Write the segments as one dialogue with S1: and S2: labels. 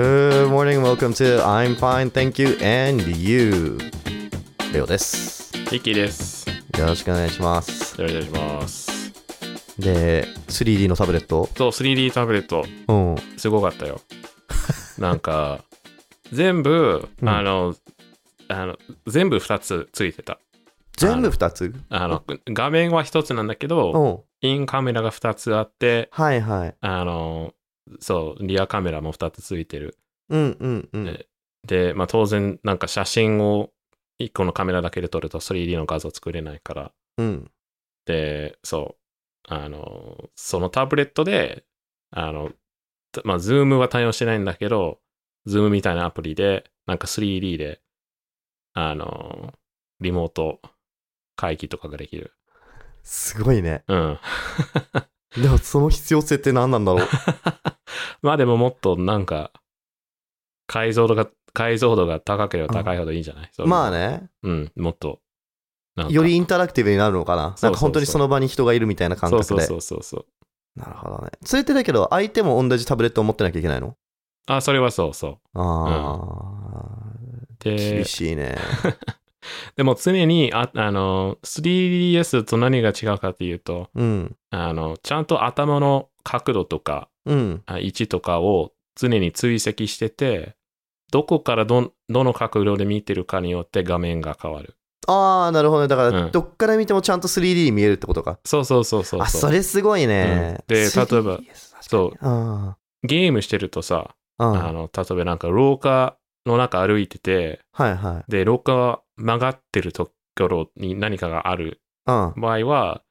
S1: Good morning, welcome to I'm fine, thank you, and you. レオです。
S2: リッキーです。
S1: よろしくお願いします。
S2: よろしくお願いします。
S1: で、3D のタブレット
S2: そう、3D タブレット、
S1: うん。
S2: すごかっ たよ。なんか、全部、
S1: うん
S2: あの、あの全部2つついてた。
S1: 全部2つ
S2: あの、画面は1つなんだけ
S1: う
S2: ど、
S1: ん。
S2: インカメラが2つあって、
S1: はいはい。
S2: あの、そう、リアカメラも2つついてる。
S1: うんうんうん。
S2: ねで、まあ当然、なんか写真を1個のカメラだけで撮ると 3D の画像作れないから、
S1: うん。
S2: で、そう、あの、そのタブレットで、あの、たまあ、ズームは対応してないんだけど、ズームみたいなアプリで、なんか 3D で、あの、リモート会議とかができる。
S1: すごいね。
S2: うん。
S1: でもその必要性って何なんだろ う
S2: まあでももっとなんか、解像度が、解像度が高ければ高いほどいいんじゃないそういうの
S1: まあね。
S2: うん、もっと。なんか
S1: よりインタラクティブになるのかな
S2: そ
S1: な
S2: うん
S1: か本当にその場に人がいるみたいな感覚で。
S2: そうそうそうそうそう。
S1: なるほどね。それってだけど、相手も同じタブレットを持ってなきゃいけないの
S2: あ、それはそうそ
S1: あ
S2: う。
S1: あ、
S2: で
S1: 厳、しいね。
S2: でも常にあ、あの、3DS と何が違うかっていうと、
S1: うん。
S2: あの、ちゃんと頭の角度とか、
S1: うん。
S2: あ位置とかを常に追跡してて、どこからどん、どの角度で見てるかによって画面が変わる。
S1: ああ、なるほどね。だから、
S2: うん
S1: どっから見てもちゃんと 3D に見えるってことか。
S2: そうそうそうそうそう。
S1: あ、それすごいね。
S2: うんで
S1: 3DS
S2: 例えば
S1: 確かに
S2: そう
S1: あ
S2: ゲームしてるとさ、
S1: あ、うん。
S2: あの、例えばなんか廊下の中歩いてて、
S1: はいはい。
S2: で、廊下が曲がってるところに何かがある
S1: うん。
S2: 場合は、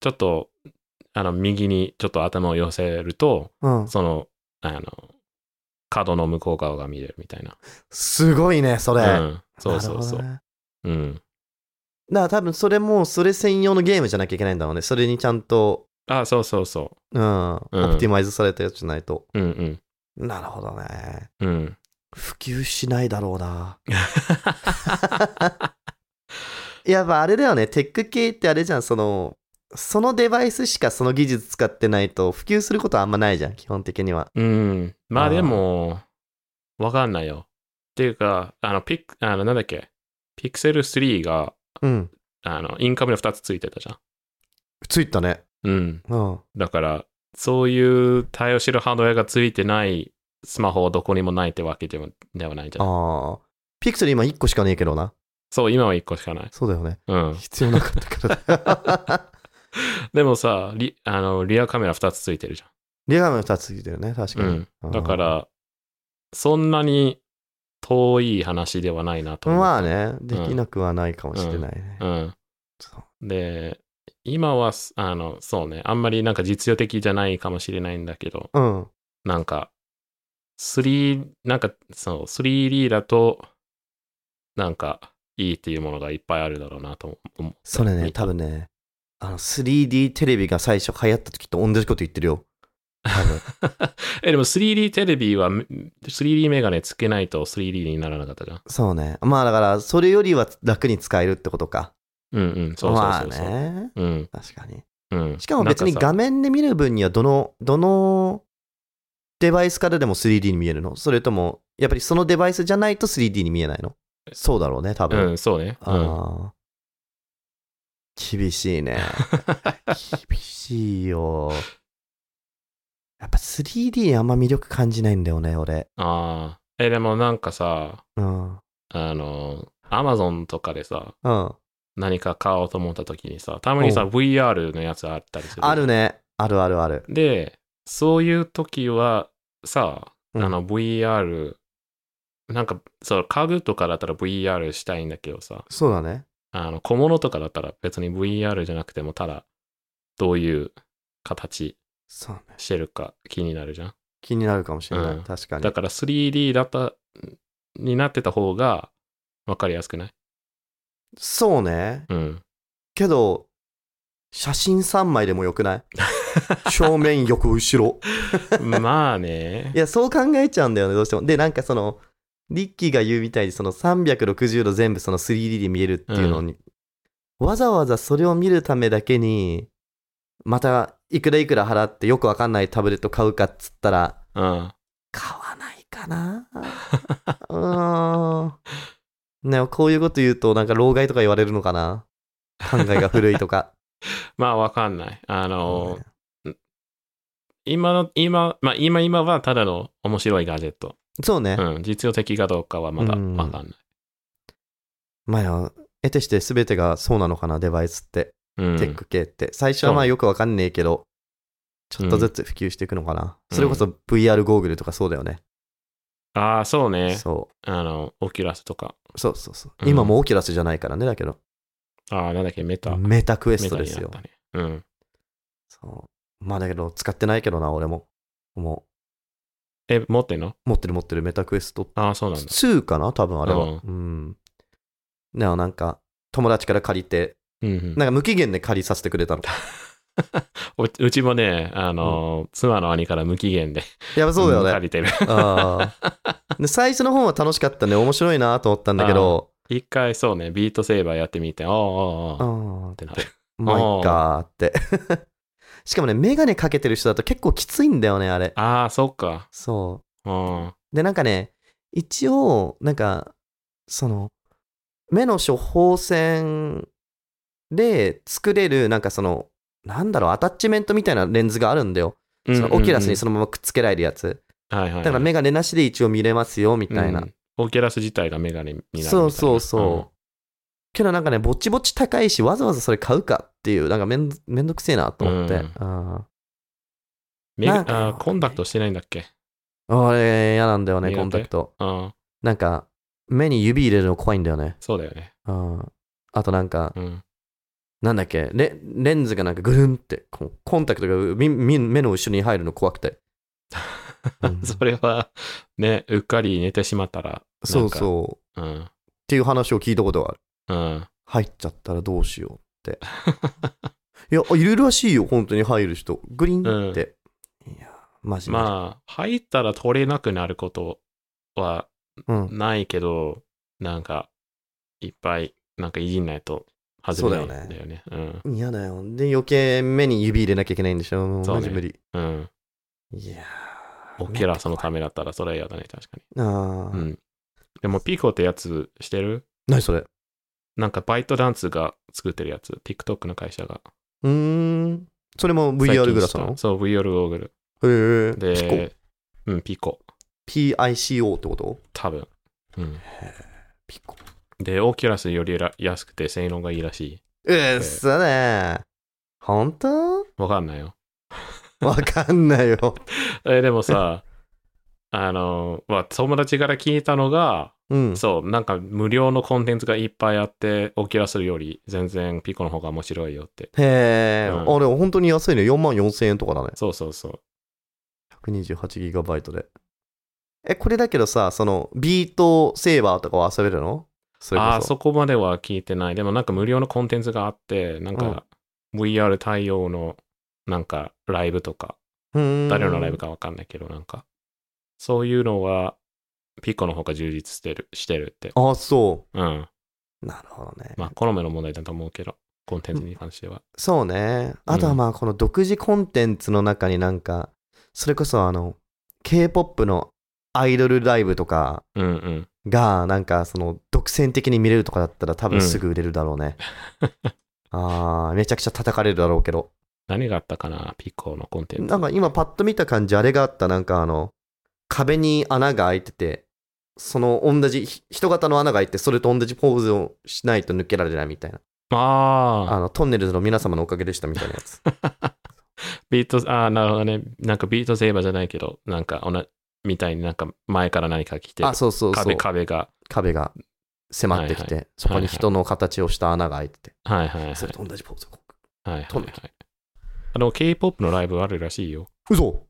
S2: ちょっと、あの、右にちょっと頭を寄せると、
S1: うん。
S2: その、あの、角の向こう側が見れるみたいな。
S1: すごいね、それ。
S2: うん。そうそうそ
S1: な
S2: う。
S1: るほどね
S2: うん。
S1: だから多分それも、それ専用のゲームじゃなきゃいけないんだろうね。それにちゃんと、
S2: あ、そうそうそ
S1: うん、オプティマイズされたやつじゃないと。
S2: う。うん
S1: なるほどね。
S2: うん。うん。
S1: 普及しないだろう な。やっぱあれだよね、テック系ってあれじゃん、その、そのデバイスしかその技術使ってないと普及することはあんまないじゃん、基本的には。
S2: うん。ま
S1: あ
S2: あ
S1: ー
S2: でも、わかんないよ。っていうか、あの、ピク、あの、なんだっけ、ピクセル3が、
S1: うん。
S2: あの、インカメラ2つついてたじゃ
S1: ついたね。
S2: ん。うん。
S1: うん。
S2: だから、そういう対応してるハードウェアがついてないスマホはどこにもないってわけでもではないんじゃない
S1: ああ。ピクセル今1個しかねえけどな。
S2: そう、今は1個しかない。
S1: そうだよね。
S2: うん。
S1: 必要なかったからだ。
S2: でもさ、リあのリアカメラ2つついてるじ
S1: リアガム2つついてるね、確
S2: ゃ
S1: かに。
S2: ん。うん。だか
S1: うん、
S2: ら、そんなに遠い話ではないなと思う。
S1: まあね、できなくはないかもしれないね。そう
S2: うん。で、今はす、あの、そうね、あんまりなんか実用的じゃないかもしれないんだけど、
S1: うん。
S2: なんか、3、なんか、そう、3D だと、なんか、いいっていうものがいっぱいあるだろうなと思って。
S1: それね、
S2: み
S1: 多分ね、あの 3D テレビが最初流行った時と同じこと言ってるよ。多分
S2: え、でも 3D テレビは、3D メガネつけないと 3D にならなかったじゃん。
S1: そうね。まあだから、それよりは楽に使えるってことか。
S2: うんうん、そうそうそうそう。
S1: まあね。
S2: うん、
S1: 確かに。
S2: うん。
S1: しかも別に
S2: なんか
S1: 画
S2: さ
S1: 面で見る分には、どの、どのデバイスからでも 3D に見えるのそれとも、やっぱりそのデバイスじゃないと 3D に見えないのそうだろうね、多分。
S2: うん、そうね。うん。
S1: ああ。厳しい ね。厳しいよ。やっぱ 3D にあんま魅力感じないんだよね、俺。
S2: ああ。え、でもなんかさ、
S1: うん。うん。
S2: あの、アマゾンとかでさ、
S1: あ
S2: 何か買おうと思った時にさ、たまにさ、
S1: お
S2: VR のやつあったりする。
S1: る。ね。あるあるある。
S2: で、そういう時はさ、
S1: うん
S2: あの、VR、なんか、そう、家具とかだったら VR したいんだけどさ、
S1: そうだね。
S2: あの、小物とかだったら別に VR じゃなくても、ただ、どういう形
S1: そうね。
S2: してるか気になるじゃん。
S1: 気になるかもしれない。
S2: うん
S1: 確かに
S2: だ。から 3D だった、になってた方が分かりやすくない
S1: そうね。
S2: うん。
S1: けど、写真3枚でもよく ない正面、横、後ろ。
S2: まあね
S1: い。や、そう考えちゃうんだよね、どうしても。で、なんかその、リッキーが言うみたいに、その360度全部その 3D で見えるっていうのに、わざわざそれを見るためだけに、また、いくらいくら払ってよくわかんないタブレット買うかっつったら、
S2: うん。
S1: 買わないかなうーん。ね、こういうこと言うと、なんか、老害とか言われるのかな考えが古いとか。
S2: まあわかんない。あの
S1: ね、
S2: 今の、今、まあ今今はただの面白いガジェット。
S1: そうね。
S2: うん、実用的かどうかはまだ
S1: うん
S2: わかんない。
S1: まあ、得てして全てがそうなのかな、デバイスって。
S2: うん、
S1: テック系って。最初はま
S2: そ
S1: あ
S2: う
S1: よくわかんねえけど、ちょっとずつ普及していくのかな。それこそ VR ゴーグルとかそうだよね。
S2: ああ、そうね。
S1: そ
S2: あの、オキュラスとか。
S1: う。そうそうそう。
S2: うん
S1: 今もオキュラスじゃないからね、だけど。
S2: ああ、なんだっけ、メタ。メ
S1: メタクエスト
S2: タ
S1: で
S2: に
S1: す
S2: なっ
S1: よ。
S2: たね。うん。
S1: そう。まあだけど、使ってないけどな、俺も。も
S2: え、持ってんの
S1: う、持ってる持ってるメタクエスト
S2: ああ、そうなんだ。
S1: 2かな多分あれは。
S2: う
S1: うん。でもなんか、友達から借りて、
S2: うんうん
S1: なんか無期限で借りさせてくれたの。
S2: おうちもね、あの、妻の兄から無期限で、
S1: やばそうだよね。
S2: 借りてる。
S1: あーで最初の方は楽しかったね面白いなと思ったんだけど
S2: 一回そうね、ビートセーバーやってみて、ああ、
S1: あ
S2: ああ、
S1: ーってなって
S2: い
S1: まあいっかーって しかもねメガネかけてる人だと結構きついんだよねあれ
S2: ああ、そっか。
S1: そ
S2: うん。
S1: うでなんかね一応なんかその目の処方箋で作れるなんかそのなんだろうアタッチメントみたいなレンズがあるんだよ、そのオキュラスにそのままくっつけられるやつ、
S2: の、はいはいはい、
S1: だからメガネなしで一応見れますよみたいな、
S2: うんオキュラス自体がメガネになるみたいな。
S1: そうそうそう。けどなんかね、ぼちぼち高いし、わざわざそれ買うかっていう、なんかめんめんどくせえなと思って。
S2: うん
S1: あ
S2: うん。メガ
S1: なんか
S2: あーコンタクトしてないんだっけ
S1: あれ嫌なんだよね、
S2: 苦手
S1: コンタクト。
S2: ああ、
S1: なんか、目に指入れるの怖いんだよね。
S2: そうだよね。
S1: うんあとなんか、
S2: うん。
S1: なんだっけ、レレンズがなんかぐるんって、こうコンタクトがみみ目の後ろに入るの怖くて。うん
S2: それは、ね、うっかり寝てしまったら、
S1: そうそう。っ
S2: う。うん。
S1: ていう話を聞いたことがある。
S2: うん。
S1: 入っちゃったらどうしようって。いや、いるらしいよ、本当に入る人。グリーンって。いや、マジで。
S2: まあ、入ったら取れなくなることは
S1: うん、
S2: ないけど、なんか、いっぱい、なんかいじんないと外れないんだよね。
S1: そうだ
S2: うん。
S1: 嫌だよ。で、余計目に指入れなきゃいけないんでしょ。もう
S2: そう
S1: マ
S2: ね
S1: ジ無理。
S2: うん。
S1: いやー
S2: オキュラスのためだったら、それは嫌だね、確か
S1: あー、
S2: に。うん。でも、ピコってやつしてる
S1: 何それう
S2: なんか、バイトダンスが作ってるやつ。TikTok の会社が。
S1: ーん。それも VR グラスなの
S2: そう VR ゴーグル。
S1: へえ。ピコ
S2: で、うん、ピコ。
S1: PICO ってこと
S2: 多分。うん。
S1: ピコ。
S2: で、オキュラスよりら安くて性能がいいらしい。
S1: うっそねほんと
S2: わかんないよ。
S1: わかんないよ。
S2: え、でもさ、あの、まあ、友達から聞いたのが、
S1: うん。
S2: そう、なんか無料のコンテンツがいっぱいあって、オキュラスより全然ピコの方が面白いよって。
S1: へえ、
S2: うん
S1: あれ、本当に安いね。4万4000円とかだね。
S2: そうそうそう。
S1: 128GB で。え、これだけどさ、その、ビートセーバーとかは遊べるのそれこそ。
S2: ああ、そこまでは聞いてない。でもなんか無料のコンテンツがあって、なんか VR 対応のなんかライブとか、
S1: うーん。
S2: 誰のライブかわかんないけど、なんか、そういうのはピコの方が充実してる、してるって。
S1: あ、そう。
S2: うん。
S1: なるほどね。
S2: まあ、好みの問題だと思うけど、コンテンツに関しては。
S1: そうね。あとはまあ、この独自コンテンツの中になんか、それこそあの、K-POP のアイドルライブとか
S2: うんうん。
S1: が、なんかその、独占的に見れるとかだったら多分すぐ売れるだろう ね。あー、めちゃくちゃ叩かれるだろうけど。
S2: 何があったかな、ピコのコンテンツ。
S1: なんか今パッと見た感じ、あれがあった、なんかあの、壁に穴が開いてて、その同じ、ひ人型の穴が開いて、それと同じポーズをしないと抜けられないみたいな。あ
S2: ああ、
S1: の、トンネルズの皆様のおかげでしたみたいなやつ。
S2: ビート、ああ、なるほどね。なんかビートセーバーじゃないけど、なんかおな、みたいになんか前から何か来て る
S1: あ、そうそうそう。
S2: 壁、壁が。
S1: 壁が迫ってきて、
S2: は
S1: そこに人の形をした穴が開いてて、
S2: はいはいはい。
S1: それと同じポーズをこう
S2: はいはい、
S1: 撮
S2: は
S1: ん
S2: い
S1: なき。
S2: あの、K-POP のライブあるらしいよ。
S1: 嘘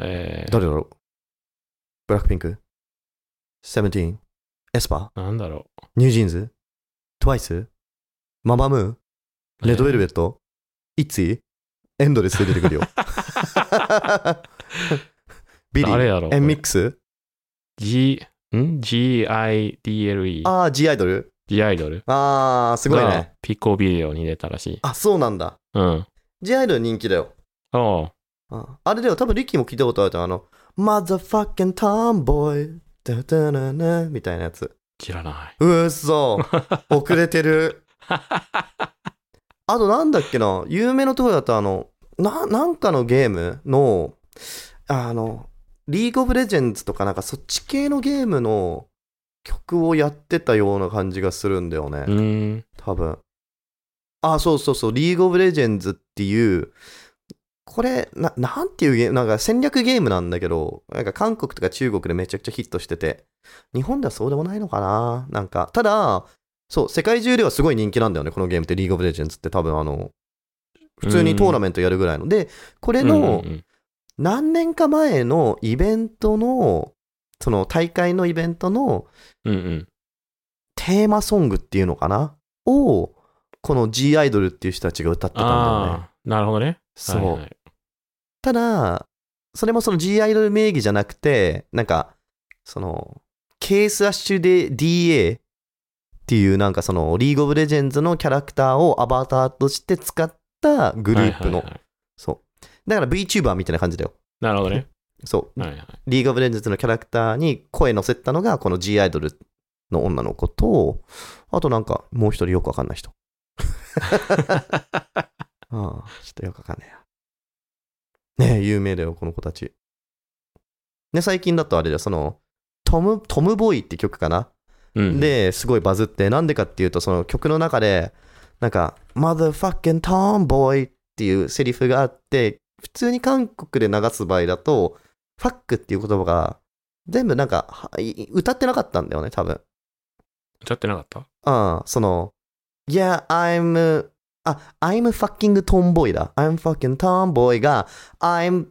S2: えー、
S1: 誰だろうブラックピンクセブンティーンエスパー
S2: なんだろ
S1: ニュージーンズトワイスママム
S2: う。
S1: ーレッドベルベ
S2: えー
S1: ットイッツィエンドレスで出てくるよ。ビリ
S2: 誰
S1: ー
S2: だろう
S1: エンミックス
S2: ?G、ん ?G-I-D-L-E。
S1: ああ、G アイドル
S2: G アイドル。
S1: ああ、すごい
S2: が
S1: ね。
S2: ピコビデオに出たらしい。
S1: あ、そうなんだ。
S2: うん。
S1: G アイドル人気だよ。
S2: ああ、
S1: ああれだよ、多分リッキーも聞いたことあると思うあの、 Motherfucking Tomboy ダダダダみたいなやつ。
S2: 知らな
S1: うっそ遅れてる。あとなんだっけな有名なところだとあの、な、なんかのゲームの、あの、リーグオブレジェンズとかなんかそっち系のゲームの曲をやってたような感じがするんだよね。
S2: い。うーん。
S1: 多分。あ、そうそうそう、リーグオブレジェンズっていう、これ、ななんていうゲーム、なんか戦略ゲームなんだけど、なんか韓国とか中国でめちゃくちゃヒットしてて、日本ではそうでもないのかななんか、ただ、そう、世界中ではすごい人気なんだよね、このゲームって、リーグオブレジェンズって多分あの、普通にトーナメントやるぐらいの。で、これの、
S2: うんうん
S1: 何年か前のイベントの、その大会のイベントの
S2: うん、うんうん。
S1: テーマソングっていうのかなを、この G アイドルっていう人たちが歌ってたんだよね。
S2: ああ、なるほどね。
S1: そう。
S2: はいはい
S1: ただ、それもその G アイドル名義じゃなくて、なんか、その、ケースアッシュで DA っていうなんかそのリーグオブレジェンズのキャラクターをアバターとして使ったグループの、
S2: はいはいはい
S1: そう。だから VTuber みたいな感じだよ。
S2: なるほどね。
S1: そう。
S2: はいはい。
S1: リーグオブレジェンズのキャラクターに声乗せたのが、この G アイドルの女の子と、あとなんか、もう一人よくわかんない人。ああ、ちょっとよくわかんねえや。ねえ、有名だよ、この子たち。ね、最近だとあれだよ、その、トム、トムボーイって曲かな、
S2: うん、
S1: で、すごいバズって、なんでかっていうと、その曲の中で、なんか、motherfucking tomboy っていうセリフがあって、普通に韓国で流す場合だと、ファックっていう言葉が、全部なんか、はい歌ってなかったんだよね、多分。
S2: 歌ってなかった
S1: うん、その、Yeah, I'm, あ、I'm fucking tomboy だ。I'm fucking tomboy が、I'm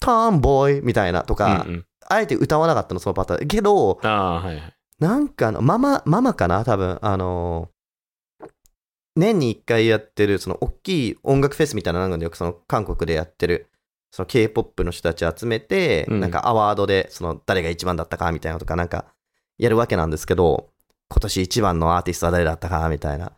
S1: tomboy みたいなとか、
S2: うんうん、
S1: あえて歌わなかったの、そのパターン。けど、
S2: ああ、はいはい。
S1: なんかあの、ママ、ママかな多分、あのー年に一回やってる、その、大きい音楽フェスみたいな、なんかよくその、韓国でやってる、その、K-POP の人たち集めて、
S2: うん
S1: なんかアワードで、その、誰が一番だったか、みたいなのとか、なんか、やるわけなんですけど、今年一番のアーティストは誰だったか、みたいな。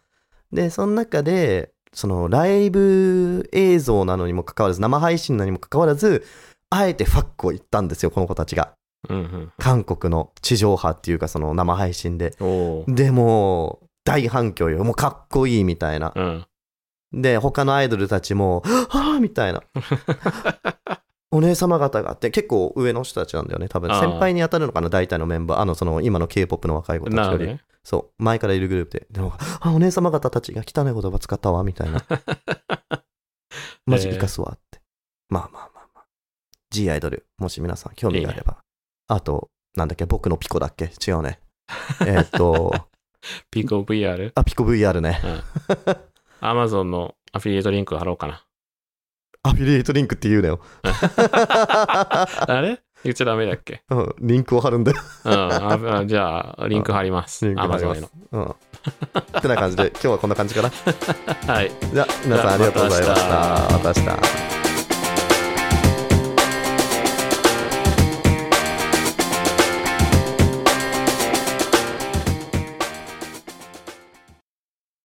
S1: で、その中で、その、ライブ映像なのにもかかわらず、生配信なのにもかかわらず、あえてファックを言ったんですよ、この子たちが。
S2: うん
S1: 韓国の地上波っていうかその生配信で。
S2: うん。おー
S1: でもう大反響よ。もうかっこいいみたいな
S2: う。ん。
S1: で、他のアイドルたちも、はぁみたい な。お姉様方があって、結構上の人たちなんだよね、多分。
S2: あー
S1: 先輩に当たるのかな、大体のメンバー。あの、その、今の K-POP の若い子たち
S2: な
S1: よ
S2: るほ
S1: り。
S2: どね。
S1: そう、前からいるグループで。でも、あ、お姉様方たちが汚い言葉使ったわ、みたい な。マジ生かすわって。まあまあまあまあ。G アイドル、もし皆さん興味があれば。あと、なんだっけ、僕のピコだっけ違うね。えーっと、
S2: ピコ VR?
S1: あ、ピコ VR ね。
S2: アマゾンのアフィリエイトリンク貼ろうかな。
S1: アフィリエイトリンクって言うなよ。
S2: あれ言っちゃダメだっけ
S1: うんリンクを貼るんだよ。
S2: うんあ。あじゃあ、リンク貼ります。
S1: リンク
S2: ア
S1: 貼
S2: マ
S1: り
S2: ゾ
S1: ま
S2: ンへの
S1: す。。うん。ってな感じで、今日はこんな感じかな。
S2: はい。
S1: じゃあ、皆さんありがとうございました。また明日。